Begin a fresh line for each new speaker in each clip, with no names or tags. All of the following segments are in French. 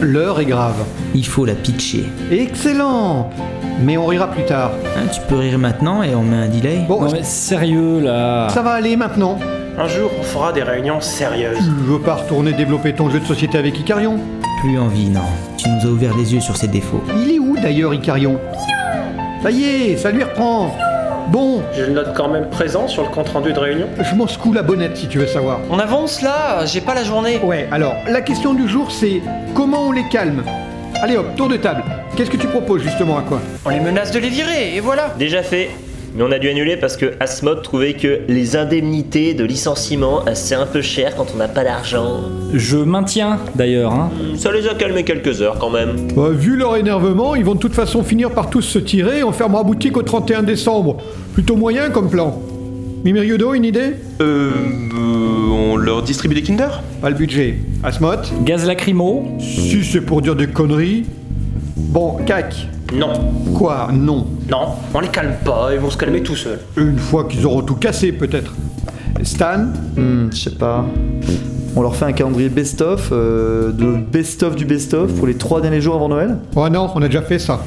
L'heure est grave.
Il faut la pitcher.
Excellent Mais on rira plus tard.
Hein, tu peux rire maintenant et on met un delay.
Bon,
Non mais sérieux là
ça va aller maintenant.
Un jour, on fera des réunions
Tu
sérieuses.
veux pas retourner développer ton jeu de société avec Icarion
Plus envie, non. Tu nous as ouvert les yeux sur ses défauts.
Il est où d'ailleurs Icarion Ça y est, ça lui reprend Bon,
Je le note quand même présent sur le compte-rendu de réunion.
je m'en secoue la bonnette si tu veux savoir.
On avance là, j'ai pas la journée.
Ouais, alors, la question du jour c'est comment on les calme Allez hop, tour de table. Qu'est-ce que tu proposes justement à quoi
On les menace de les virer, et voilà.
Déjà fait, mais on a dû annuler parce que Asmod trouvait que les indemnités de licenciement, euh, c'est un peu cher quand on n'a pas d'argent.
Je maintiens d'ailleurs hein.
Hmm, Ça les a calmés quelques heures quand même.
Bah, vu leur énervement, ils vont de toute façon finir par tous se tirer et on fermera boutique au 31 décembre. Plutôt moyen comme plan. Mimiriodo, une idée
Euh, euh, on leur distribue des Kinder
Pas le budget. Asmot
Gaz lacrymo
Si c'est pour dire des conneries. Bon, cac.
Non,
Quoi Non.
non, on les calme pas, ils vont se calmer tout seuls.
Une fois qu'ils auront tout cassé, peut-être. Stan
Hmm, je sais pas. On leur fait un calendrier best-of, euh, de best-of du best-of pour les trois derniers jours avant Noël.
Oh non, on a déjà fait ça.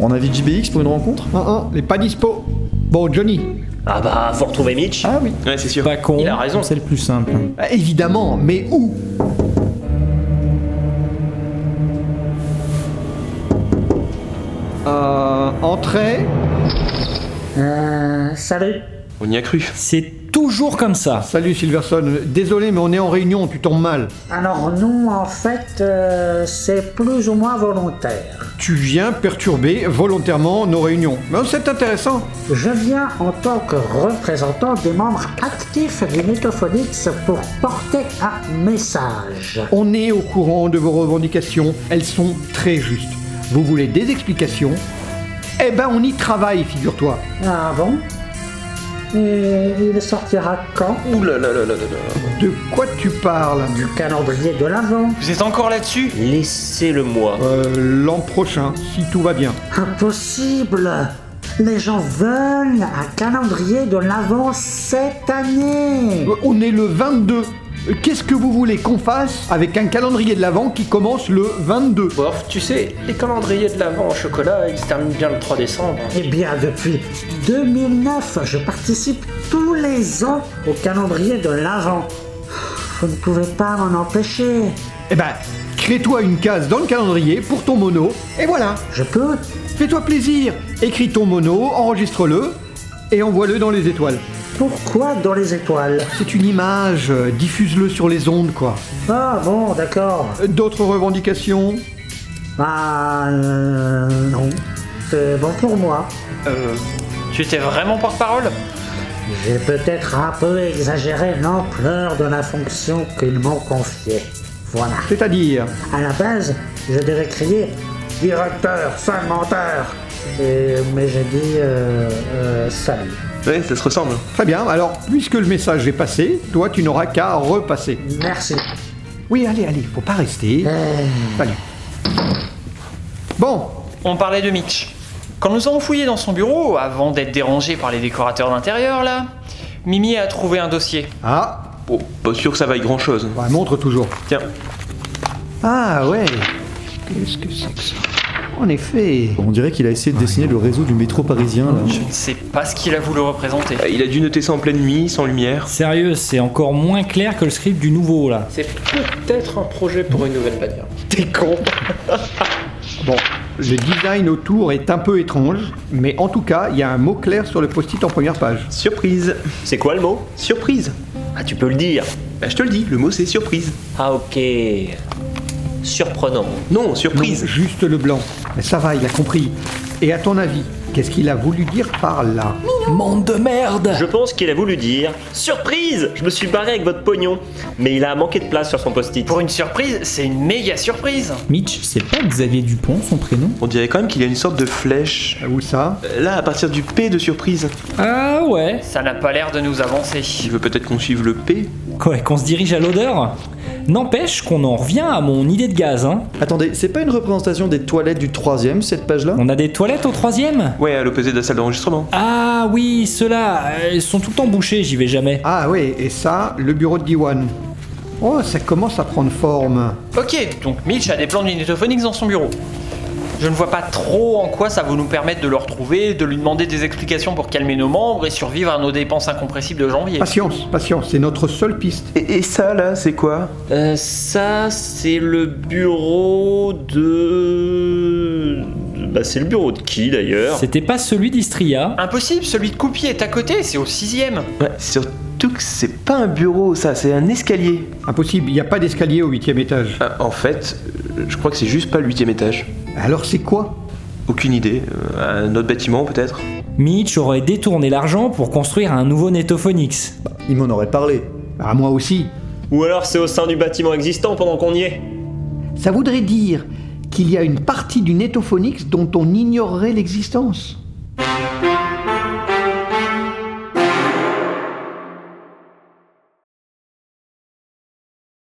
On invite JBX pour une rencontre
Un, un, les pas dispo. Bon, Johnny.
Ah bah, faut retrouver Mitch.
Ah oui.
Ouais, c'est sûr.
Pas con.
Il a raison.
C'est le plus simple.
Ah, Évidemment, mais où Euh. Entrée.
Euh,
Salut
On y a cru.
C'est toujours comme ça.
Salut Silverson, désolé mais on est en réunion, tu tombes mal.
Alors nous, en fait, euh, c'est plus ou moins volontaire.
Tu viens perturber volontairement nos réunions. Mais c'est intéressant.
Je viens en tant que représentant des membres actifs du Mythophonix pour porter un message.
On est au courant de vos revendications, elles sont très justes. Vous voulez des explications Eh ben on y travaille, figure-toi.
Ah bon Et il sortira quand
Ouh là là là là là là.
De quoi tu parles
Du calendrier de l'avant
Vous êtes encore là-dessus
Laissez-le moi.
euh, L'an prochain, si tout va bien.
Impossible Les gens veulent un calendrier de l'avant cette année
Euh, On est le 22. Euh, Qu'est-ce que vous voulez qu'on fasse avec un calendrier de l'Avent qui commence le 22
Bof, tu sais, les calendriers de l'avant en chocolat, ils se terminent bien le 3 décembre.
Eh bien, depuis 2009, je participe tous les ans au calendrier de l'Avent. Vous ne pouvez pas m'en empêcher.
Eh ben, crée-toi une case dans le calendrier pour ton mono, et voilà
Je peux
Fais-toi plaisir, écris ton mono, enregistre-le et envoie-le dans les étoiles.
Pourquoi dans les étoiles
C'est une image, euh, diffuse-le sur les ondes quoi.
Ah bon, d'accord.
Euh, D'autres revendications
Ah euh, non. C'est bon pour moi.
Euh, Tu étais vraiment porte-parole
J'ai peut-être un peu exagéré l'ampleur de la fonction qu'ils m'ont confiée. Voilà.
C'est-à-dire
À la base, je devais crier Directeur, sale menteur Et- Mais j'ai dit euh, euh, salut.
Ouais, ça se ressemble.
Très bien, alors puisque le message est passé, toi tu n'auras qu'à repasser.
Merci.
Oui, allez, allez, faut pas rester. Salut. Bon,
On parlait de Mitch. Quand nous avons fouillé dans son bureau, avant d'être dérangé par les décorateurs d'intérieur là, Mimi a trouvé un dossier.
ah,
Bon, Oh, pas sûr que ça vaille grand chose.
bah, montre toujours.
Tiens,
Ah ouais, qu'est-ce que c'est que ça En effet.
On dirait qu'il a essayé de dessiner le réseau du métro parisien. Là.
Je ne sais pas ce qu'il a voulu représenter.
il a dû noter ça en pleine nuit, sans lumière.
Sérieux, c'est encore moins clair que le script du nouveau là.
C'est peut-être un projet pour une nouvelle bannière. T'es con
Bon, le design autour est un peu étrange, mais en tout cas, il y a un mot clair sur le post-it en première page.
Surprise.
C'est quoi le mot
Surprise.
Ah, tu peux le dire.
Bah, je te le dis, le mot c'est surprise.
Ah, ok. Surprenant.
Non, surprise.
Non, juste le blanc. Mais ça va, il a compris. Et à ton avis, qu'est-ce qu'il a voulu dire par là
Monde de merde
Je pense qu'il a voulu dire Surprise Je me suis barré avec votre pognon. Mais il a manqué de place sur son post-it.
Pour une surprise, c'est une méga surprise.
Mitch, c'est pas Xavier Dupont son prénom
On dirait quand même qu'il y a une sorte de flèche.
Où ça
Euh, Là, à partir du P de surprise.
Ah ouais
Ça n'a pas l'air de nous avancer.
Il veut peut-être qu'on suive le P.
Quoi, qu'on se dirige à l'odeur N'empêche qu'on en revient à mon idée de gaz hein.
Attendez, c'est pas une représentation des toilettes du troisième, cette page-là
On a des toilettes au troisième
Ouais, à l'opposé de la salle d'enregistrement.
Ah oui, ceux-là, euh, ils sont tout le temps bouchés, j'y vais jamais.
Ah ouais, et ça, le bureau de Diwan. Oh, ça commence à prendre forme.
Ok, donc Mitch a des plans d'unitophonics dans son bureau. Je ne vois pas trop en quoi ça va nous permettre de le retrouver, de lui demander des explications pour calmer nos membres et survivre à nos dépenses incompressibles de janvier.
Patience, patience, c'est notre seule piste.
Et, et ça là, c'est quoi
Euh, ça, c'est le bureau de. de- Bah, c'est le bureau de qui d'ailleurs
C'était pas celui d'Istria.
Impossible, celui de Coupi est à côté, c'est au sixième.
Ouais, surtout que c'est pas un bureau, ça, c'est un escalier.
Impossible, il n'y a pas d'escalier au huitième étage.
Ah, en fait, euh, je crois que c'est juste pas le huitième étage.
Alors c'est quoi
Aucune idée. Euh, un autre bâtiment peut-être
Mitch aurait détourné l'argent pour construire un nouveau Netophonix.
Il m'en aurait parlé.
Bah moi aussi.
Ou alors c'est au sein du bâtiment existant pendant qu'on y est
Ça voudrait dire qu'il y a une partie du Netophonix dont on ignorerait l'existence.